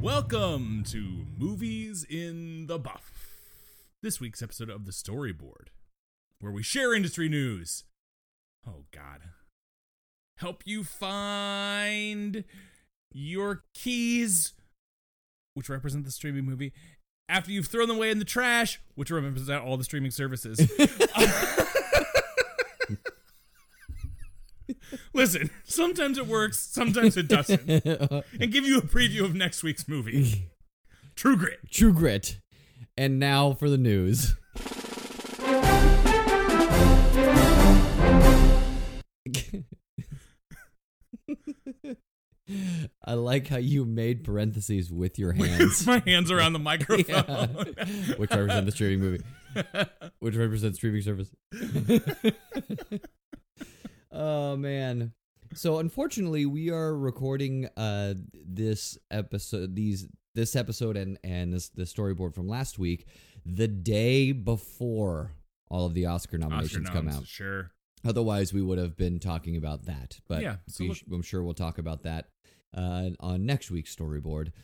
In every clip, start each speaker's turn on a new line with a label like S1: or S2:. S1: Welcome to Movies in the Buff. This week's episode of The Storyboard, where we share industry news. Oh, God. Help you find your keys, which represent the streaming movie, after you've thrown them away in the trash, which represent all the streaming services. Listen, sometimes it works, sometimes it doesn't. And give you a preview of next week's movie True Grit.
S2: True Grit. And now for the news. I like how you made parentheses with your hands,
S1: My hands are on the microphone.
S2: Yeah. which represent the streaming movie, which represents streaming service. oh man! So unfortunately, we are recording uh this episode, these this episode, and and this the storyboard from last week, the day before all of the
S1: Oscar
S2: Oscar nominations come
S1: noms,
S2: out.
S1: Sure.
S2: Otherwise, we would have been talking about that. But
S1: Yeah, so
S2: we
S1: look-
S2: sh- I'm sure we'll talk about that uh, on next week's storyboard.
S1: Mm-hmm.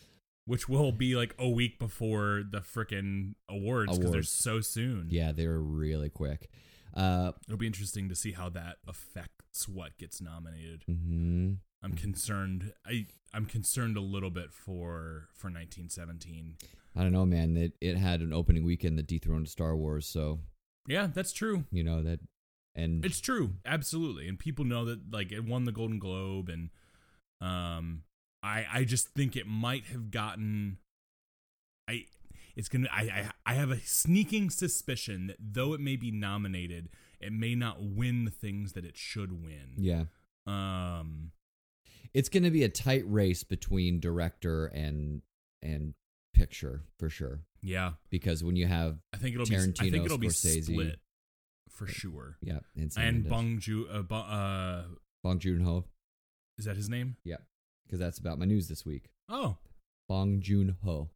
S1: Which will be like a week before the frickin' awards because they're
S2: Awards.
S1: so soon.
S2: Yeah, they're really quick. Uh,
S1: It'll be interesting to see how that affects what gets nominated.
S2: mhm.
S1: I'm concerned. I I'm concerned a little bit for for 1917.
S2: I don't know, man. It it had an opening weekend that dethroned Star Wars, so
S1: Yeah, that's true.
S2: you know that. And
S1: It's true, absolutely. And people know that like it won the Golden Globe and um I I just think it might have gotten I it's going to I I have a sneaking suspicion that though it may be nominated, it may not win the things that it should win.
S2: yeah,
S1: Um
S2: it's going to be a tight race between director and and picture for sure.
S1: yeah,
S2: Because when you have
S1: I think it'll be I think
S2: Tarantino,
S1: it'll be
S2: Scorsese.
S1: split for sure.
S2: yeah,
S1: And
S2: Sanders.
S1: Bong Ju uh, Bu- uh
S2: Bong Joon Ho,
S1: is that his name?
S2: because that's about my news this week.
S1: Oh,
S2: Bong Joon Ho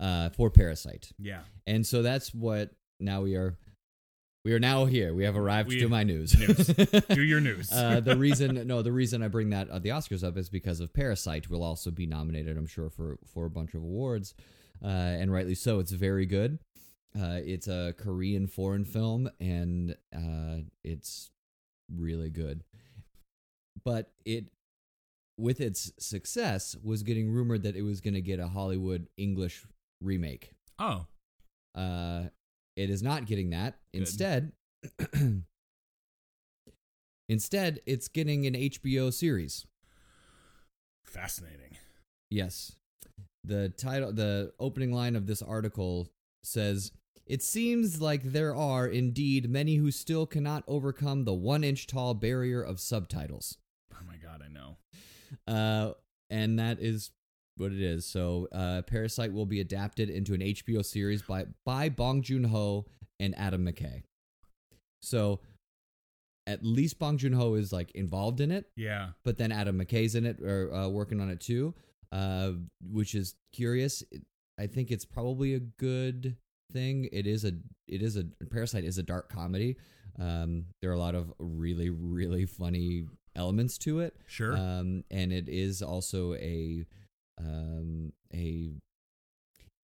S2: uh, for Parasite,
S1: yeah.
S2: and so that's what now we are. We are now here. We have arrived
S1: We-
S2: to my news.
S1: news. Do your news.
S2: uh, the reason, no, the reason I bring that uh, the Oscars up is because of Parasite will also be nominated, I'm sure, for for a bunch of awards, uh, and rightly so. It's very good. Uh, it's a Korean foreign film, and uh, it's really good. But it, with its success, was getting rumored that it was going to get a Hollywood English remake.
S1: oh,
S2: Uh, it is not getting that.
S1: Good.
S2: Instead, instead, it's getting an HBO series.
S1: fascinating.
S2: Yes, the title, the opening line of this article says. It seems like there are indeed many who still cannot overcome the one inch tall barrier of subtitles.
S1: Oh my god, I know.
S2: Uh, and that is what it is. So, uh, Parasite will be adapted into an HBO series by by Bong Joon Ho and Adam McKay. So, at least Bong Joon Ho is like involved in it,
S1: Yeah.
S2: but then Adam McKay's in it or uh, working on it too, uh, which is curious. It- I think it's probably a good thing. It is a it is a Parasite is a dark comedy. Um, there are a lot of really really funny elements to it.
S1: Sure.
S2: Um, and it is also a um, a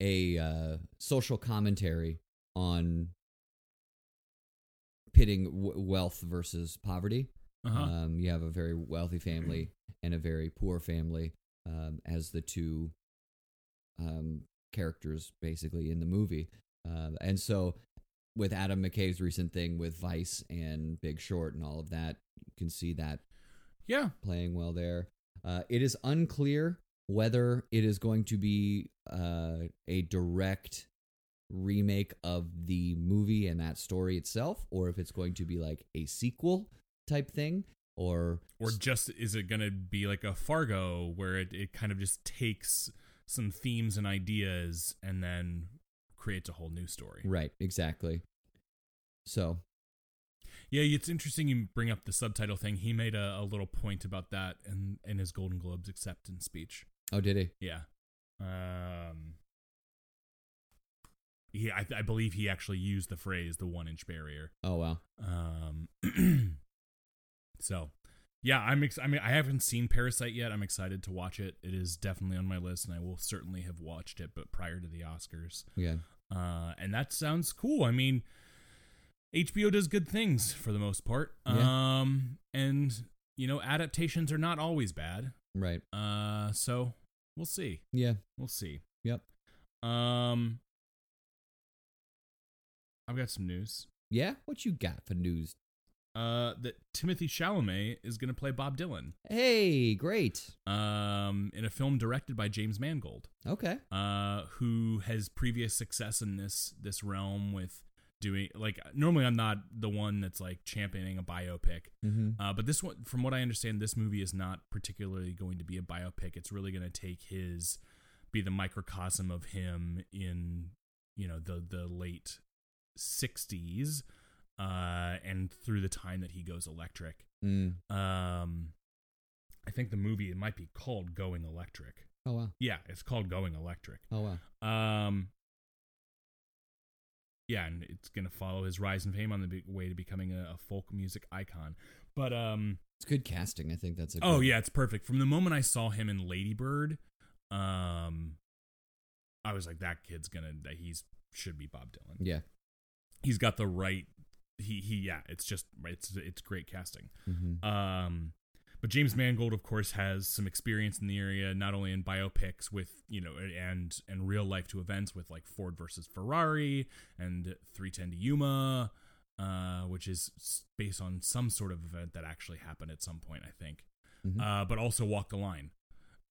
S2: a uh, social commentary on pitting w- wealth versus poverty.
S1: uh-huh.
S2: Um, you have a very wealthy family and a very poor family um, as the two um, characters, basically, in the movie. Uh, and so, with Adam McKay's recent thing with Vice and Big Short and all of that, you can see that
S1: Yeah.
S2: playing well there. Uh, it is unclear whether it is going to be uh, a direct remake of the movie and that story itself, or if it's going to be like a sequel type thing, or
S1: Or just is it gonna be like a Fargo where it, it kind of just takes some themes and ideas and then creates a whole new story.
S2: right, exactly. So
S1: Yeah, it's interesting you bring up the subtitle thing. He made a, a little point about that in, in his Golden Globes acceptance speech.
S2: Oh, did he?
S1: Yeah. Um he, I, I believe he actually used the phrase the one inch barrier.
S2: Oh, wow.
S1: Um, so yeah, I'm. Ex- I mean, I haven't seen Parasite yet. I'm excited to watch it. It is definitely on my list, and I will certainly have watched it, but prior to the Oscars.
S2: Yeah.
S1: Uh, and that sounds cool. I mean, HBO does good things for the most part.
S2: Yeah.
S1: Um, and you know, adaptations are not always bad.
S2: Right.
S1: Uh, so we'll see.
S2: Yeah.
S1: We'll see.
S2: Yep.
S1: Um, I've got some news.
S2: Yeah. What you got for news?
S1: Uh, that Timothy Chalamet is going to play Bob Dylan.
S2: Hey, great.
S1: Um, in a film directed by James Mangold.
S2: Okay.
S1: uh, who has previous success in this this realm with doing like normally I'm not the one that's like championing a biopic,
S2: Mm-hmm.
S1: uh, but this one, from what I understand, this movie is not particularly going to be a biopic. It's really going to take his be the microcosm of him in you know the the late '60s uh, and through the time that he goes electric.
S2: Mm.
S1: Um, I think the movie it might be called Going Electric.
S2: Oh wow.
S1: Yeah, it's called Going Electric.
S2: Oh wow.
S1: Um, yeah, and it's gonna follow his rise in fame on the big way to becoming a, a folk music icon. But um,
S2: It's good casting. I think that's a.
S1: oh
S2: good-
S1: yeah, it's perfect. From the moment I saw him in Ladybird, um, I was like, that kid's gonna that he's should be Bob Dylan.
S2: Yeah.
S1: He's got the right. He he yeah. It's just it's it's great casting.
S2: Mm-hmm.
S1: Um, but James Mangold, of course, has some experience in the area, not only in biopics with you know and and real life to events with like Ford versus Ferrari and 310 to Yuma, uh, which is s- based on some sort of event that actually happened at some point, I think.
S2: Mhm.
S1: Uh, but also Walk the Line,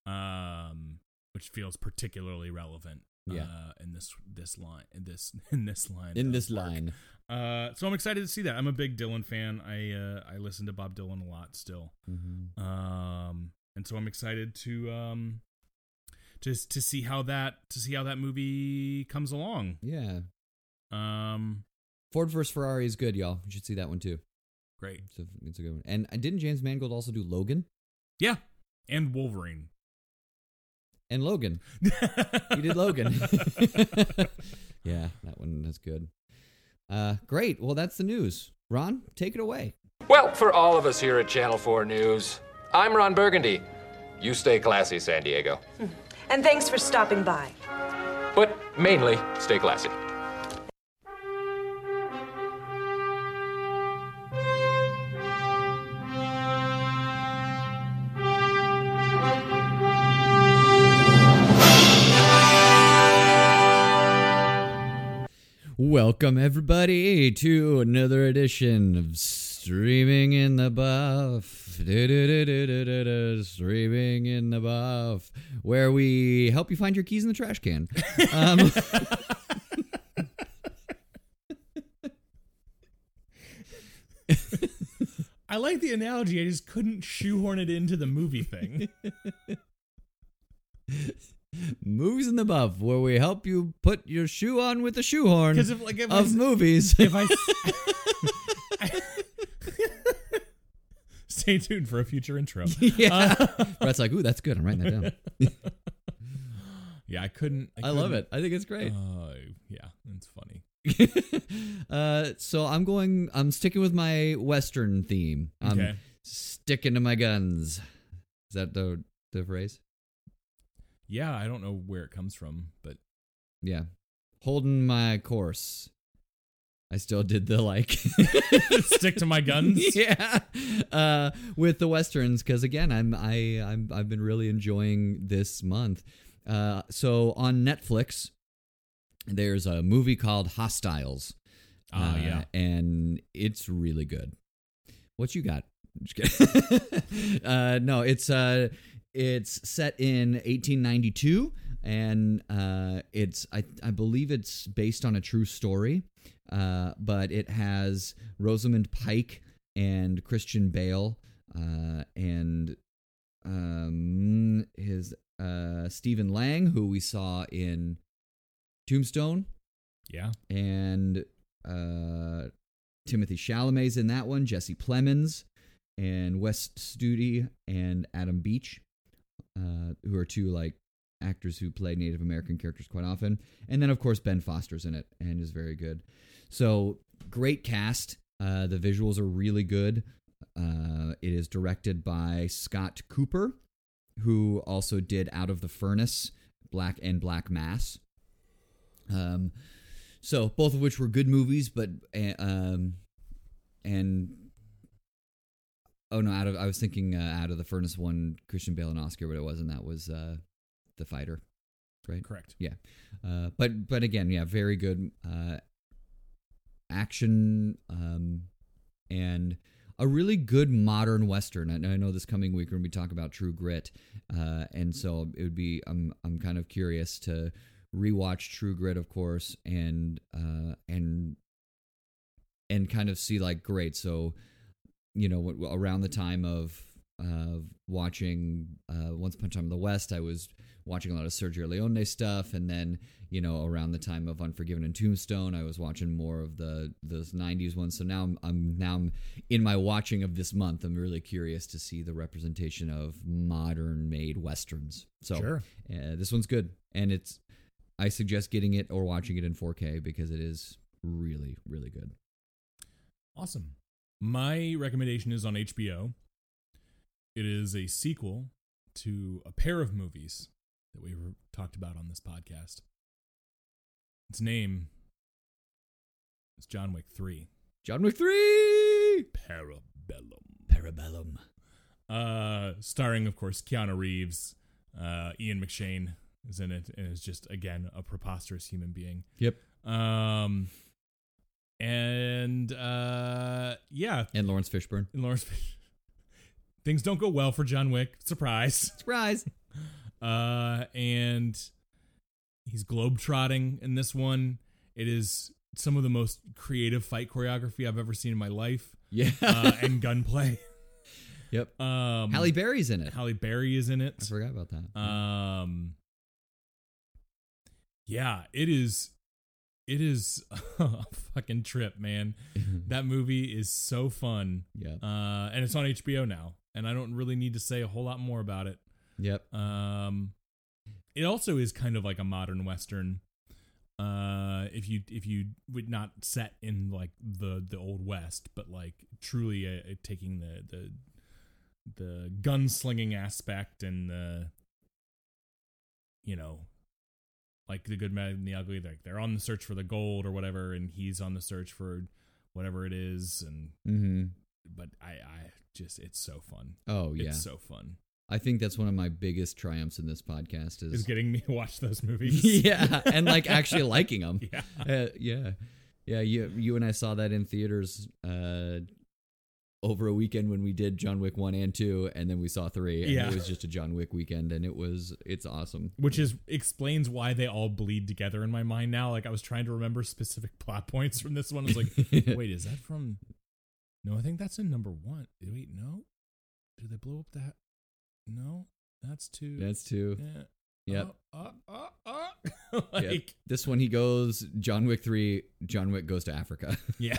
S1: um, which feels particularly relevant.
S2: Yeah.
S1: Uh, in this this line in this in this line
S2: In
S1: of
S2: this
S1: work.
S2: line.
S1: Uh, so I'm excited to see that. I'm a big Dylan fan. I uh, I listen to Bob Dylan a lot still,
S2: Mm-hmm.
S1: um, and so I'm excited to um, to to see how that to see how that movie comes along.
S2: Yeah.
S1: Um,
S2: Ford versus Ferrari is good, y'all. You should see that one too.
S1: great.
S2: It's a, it's a good one. And uh, didn't James Mangold also do Logan?
S1: Yeah, and Wolverine.
S2: And Logan. You did Logan. yeah, that one is good. Uh, great. Well, that's the news. Ron, take it away.
S3: Well, for all of us here at Channel 4 News, I'm Ron Burgundy. You stay classy, San Diego.
S4: And thanks for stopping by.
S3: But mainly, stay classy.
S2: Welcome, everybody, to another edition of Streaming in the Buff. Du-du-du-du-du-du-du, Streaming in the Buff, where we help you find your keys in the trash can. Um,
S1: I like the analogy. I just couldn't shoehorn it into the movie thing.
S2: movies in the Buff, where we help you put your shoe on with a shoehorn
S1: 'Cause if, like, if I
S2: of
S1: s-
S2: movies.
S1: If I stay tuned for a future intro.
S2: yeah.
S1: Uh,
S2: Brett's like, ooh, that's good. I'm writing that down.
S1: Yeah, I couldn't.
S2: I love
S1: couldn't-
S2: it. I think it's great.
S1: Uh, yeah, it's funny. Uh-huh.
S2: uh, so I'm going. I'm sticking with my Western theme. I'm
S1: Okay.
S2: sticking to my guns. Is that the the phrase?
S1: Yeah, I don't know where it comes from, but
S2: Yeah, holding my course. I still did the like.
S1: stick to my guns.
S2: yeah, uh, with the westerns because again, I'm I I'm I've been really enjoying this month. Uh, so on Netflix, there's a movie called Hostiles.
S1: Ah,
S2: Uh,
S1: yeah.
S2: and it's really good. What you got? Just kidding. uh, no, it's uh, it's set in 1892, and uh, it's I I believe it's based on a true story, uh, but it has Rosamund Pike and Christian Bale, uh, and um his uh Stephen Lang, who we saw in Tombstone
S1: Yeah.
S2: and uh, Timothy Chalamet's in that one, Jesse Plemons, and Wes Studi and Adam Beach, uh, who are two like actors who play Native American characters quite often. And then of course Ben Foster's in it and is very good. So great cast. Uh, the visuals are really good. Uh, it is directed by Scott Cooper, who also did Out of the Furnace, Black and Black Mass. Um, so both of which were good movies, but uh, um, and oh no, out of I was thinking uh, Out of the Furnace won Christian Bale and Oscar, but it wasn't. That was uh, The Fighter.
S1: Correct.
S2: Yeah, uh, but but again, yeah, very good uh, action um, and a really good modern western. I, I know this coming week when we talk about True Grit, uh, and so it would be I'm I'm kind of curious to rewatch True Grit, of course, and uh, and and kind of see like great so you know what- around the time of uh, watching uh, Once Upon a Time in the West, I was watching a lot of Sergio Leone stuff, and then you know around the time of Unforgiven and Tombstone, I was watching more of the those '90s ones. So now I'm, I'm now I'm in my watching of this month. I'm really curious to see the representation of modern made westerns. So
S1: Sure.
S2: uh, this one's good, and it's I suggest getting it or watching it in 4K because it is really really good.
S1: Awesome. My recommendation is on HBO. It is a sequel to a pair of movies that we re- talked about on this podcast. Its name is John Wick 3
S2: John Wick three.
S1: Parabellum.
S2: Parabellum.
S1: Uh, starring, of course, Keanu Reeves. Uh, Ian McShane is in it and is just, again, a preposterous human being.
S2: Yep.
S1: Um, and uh, yeah,
S2: And Lawrence Fishburne.
S1: And Lawrence Fish- Things don't go well for John Wick. Surprise.
S2: Surprise.
S1: Uh, and he's globetrotting in this one. It is some of the most creative fight choreography I've ever seen in my life.
S2: Yeah.
S1: Uh, and gunplay.
S2: yep.
S1: Um,
S2: Halle Berry's in it.
S1: Halle Berry is in
S2: I
S1: it.
S2: forgot about that.
S1: Um, yeah, it is. It is a fucking trip, man. That movie is so fun.
S2: yep.
S1: Uh, and it's on HBO now, and I don't really need to say a whole lot more about it.
S2: Yep.
S1: Um, it also is kind of like a modern western. Uh, if you if you would not set in like the the old west, but like truly uh, taking the the the gunslinging aspect and the you know like the good man and the ugly like they're on the search for the gold or whatever and he's on the search for whatever it is and
S2: Mm-hmm.
S1: but I, I just it's so fun.
S2: Oh yeah.
S1: It's uh, so fun.
S2: I think that's one of my biggest triumphs in this podcast
S1: Is
S2: is.
S1: getting me to watch those movies.
S2: yeah, and like actually liking them.
S1: yeah.
S2: Uh, yeah. Yeah. You you and I saw that in theaters. Uh. Over a weekend when we did John Wick one and two, and then we saw three, and
S1: Yeah.
S2: it was just a John Wick weekend, and it was it's awesome.
S1: Which is explains why they all bleed together in my mind now. Like I was trying to remember specific plot points from this one. I was like, wait, is that from No, I think that's in number one. Wait, no? Do they blow up that no? That's two.
S2: That's two.
S1: yeah.
S2: Yep.
S1: Uh, uh, uh, uh.
S2: Yep.
S1: like
S2: Oh. This one, he goes John Wick three. John Wick goes to Africa.
S1: yeah.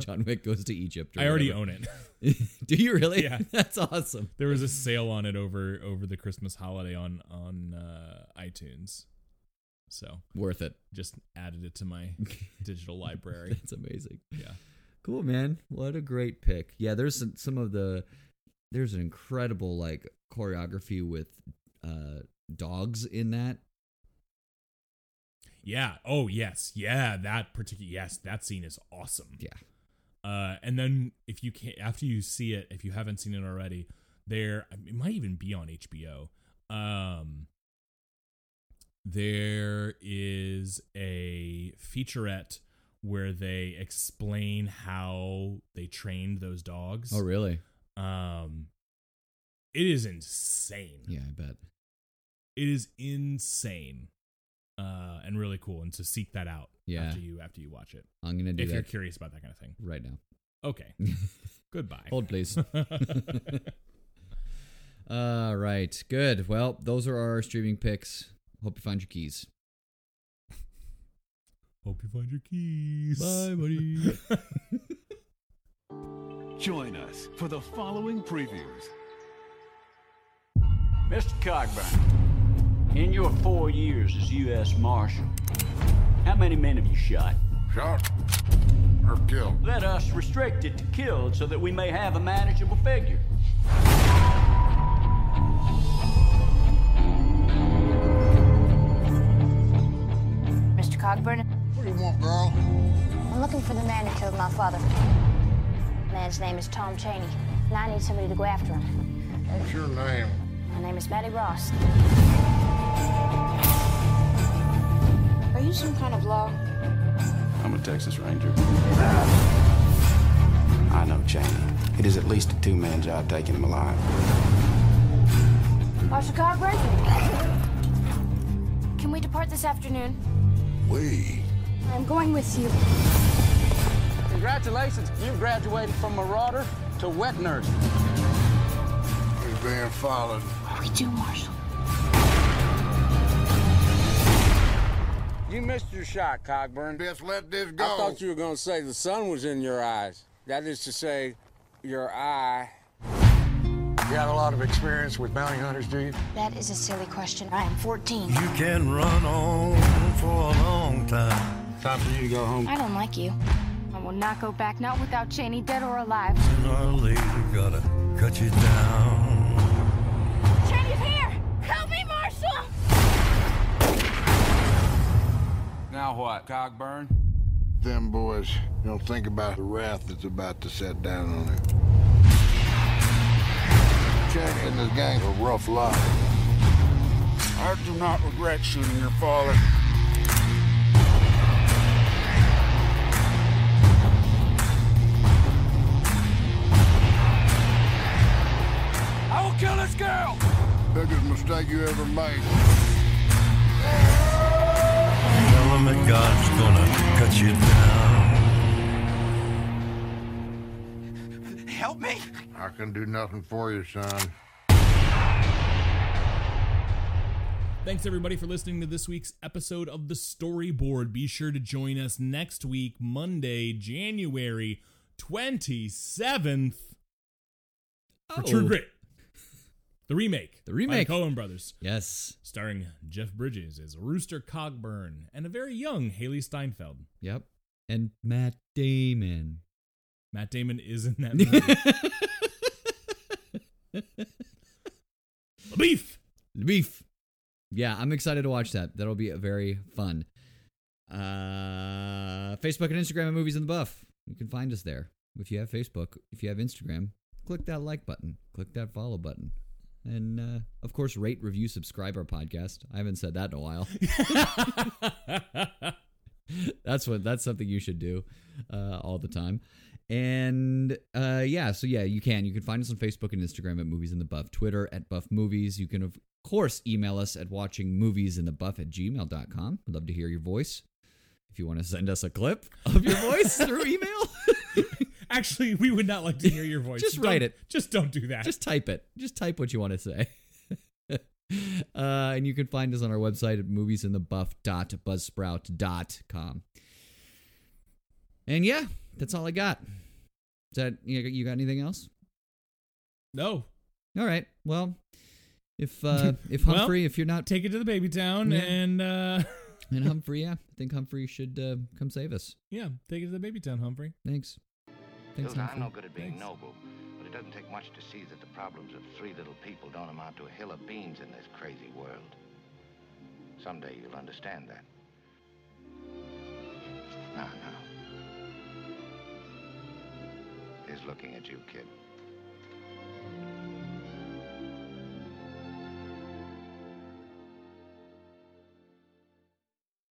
S2: John Wick goes to Egypt. or
S1: I already
S2: whatever.
S1: own it.
S2: Do you really?
S1: Yeah.
S2: that's awesome.
S1: There was a sale on it over over the Christmas holiday on on uh, iTunes, so
S2: Worth it.
S1: just added it to my digital library.
S2: That's amazing.
S1: Yeah,
S2: Cool, man. What a great pick. Yeah, there's some, some of the there's an incredible like choreography with uh dogs in that.
S1: yeah. Oh yes, yeah. That particular yes, that scene is awesome.
S2: Yeah.
S1: Uh, and then if you can't after you see it, if you haven't seen it already, there it might even be on HBO. Um, there is a featurette where they explain how they trained those dogs.
S2: Oh, really?
S1: Um, it is insane.
S2: Yeah, I bet.
S1: It is insane, uh, and really cool. And to seek that out
S2: Yeah.
S1: after you after you watch it,
S2: I'm gonna do
S1: if you're
S2: that
S1: curious about that kind of thing.
S2: right now.
S1: Okay, goodbye.
S2: Hold please. All right, good. Well, those are our streaming picks. Hope you find your keys.
S1: Hope you find your keys.
S2: Bye, buddy.
S5: Join us for the following previews.
S6: Mr. Cogburn, in your four years as U.S. Marshal, how many men have you shot?
S7: Shot. or kill.
S6: Let us restrict it to killed so that we may have a manageable figure.
S8: Mr. Cogburn,
S7: What do you want, girl?
S8: I'm looking for the man who killed my father. Man's name is Tom Cheney, and I need somebody to go after him.
S7: What's your name?
S8: My name is Matty Ross. Are you some kind of law?
S9: I'm a Texas Ranger. I know Cheney. It is at least a two-man job taking him alive.
S8: Marshal Cogburn? Can we depart this afternoon?
S7: We.
S8: I'm going with you.
S6: Congratulations, you graduated from marauder to wet nurse.
S7: He's being followed.
S8: What do we do, Marshal?
S10: You missed your shot, Cogburn.
S7: Just let this go.
S10: I thought you were going to say the sun was in your eyes. That is to say, your eye.
S7: You got a lot of experience with bounty hunters, do you?
S8: That is a silly question. I am 14.
S11: You can run on for a long time.
S7: Time for you to go home.
S8: I don't like you. I will not go back, not without Cheney, dead or alive.
S11: Sooner or later, gotta cut you down.
S8: Cheney's here! Help me, Marshal!
S10: Now what, Cogburn?
S7: Them boys don't think about the wrath that's about to set down on them. Jack and his gang are rough lot. I do not regret shooting your father.
S10: I will kill this girl!
S7: Biggest mistake you ever made.
S11: Tell them that God's gonna cut you down.
S10: Help me!
S7: I can do nothing for you, son.
S1: Thanks everybody for listening to this week's episode of The Storyboard. Be sure to join us next week, Monday, January 27th for True
S2: Oh,
S1: Grit. The remake.
S2: The remake.
S1: By the Coen brothers.
S2: Yes.
S1: Starring Jeff Bridges as Rooster Cogburn and a very young Haley Steinfeld.
S2: Yep. And Matt Damon.
S1: Matt Damon is in that movie. Beef!
S2: Beef. Yeah, I'm excited to watch that. That'll be very fun. Uh, Facebook and Instagram at Movies in the Buff. You can find us there. If you have Facebook, if you have Instagram, click that like button, click that follow button. And uh, of course, rate, review, subscribe our podcast. I haven't said that in a while. that's what that's something you should do uh, all the time and uh, yeah so yeah you can you can find us on facebook and instagram at movies in the buff twitter at buff movies you can of course email us at watching movies in the buff at gmail.com we'd love to hear your voice if you want to send us a clip of your voice through email
S1: Actually, we would not like to hear your voice.
S2: Just write
S1: Don't-
S2: it.
S1: Just don't do that.
S2: just type it. Just type what you want to say. uh, and you can find us on our website at moviesinthebuff.buzzsprout.com. And yeah, that's all I got. Is that you you got anything else?
S1: no.
S2: All right. Well, if uh, if Humphrey, if you're not
S1: Take it to the baby town
S2: Yeah.
S1: and uh
S2: and Humphrey, yeah, I think Humphrey should uh, come save us.
S1: yeah, take it to the baby town, Humphrey.
S2: Thanks. Thanks,
S9: Hilda, I'm
S2: Humphrey.
S9: no good at being
S2: Thanks.
S9: noble, but it doesn't take much to see that the problems of three little people don't amount to a hill of beans in this crazy world. Someday you'll understand that. Now, now. He's looking at you, kid.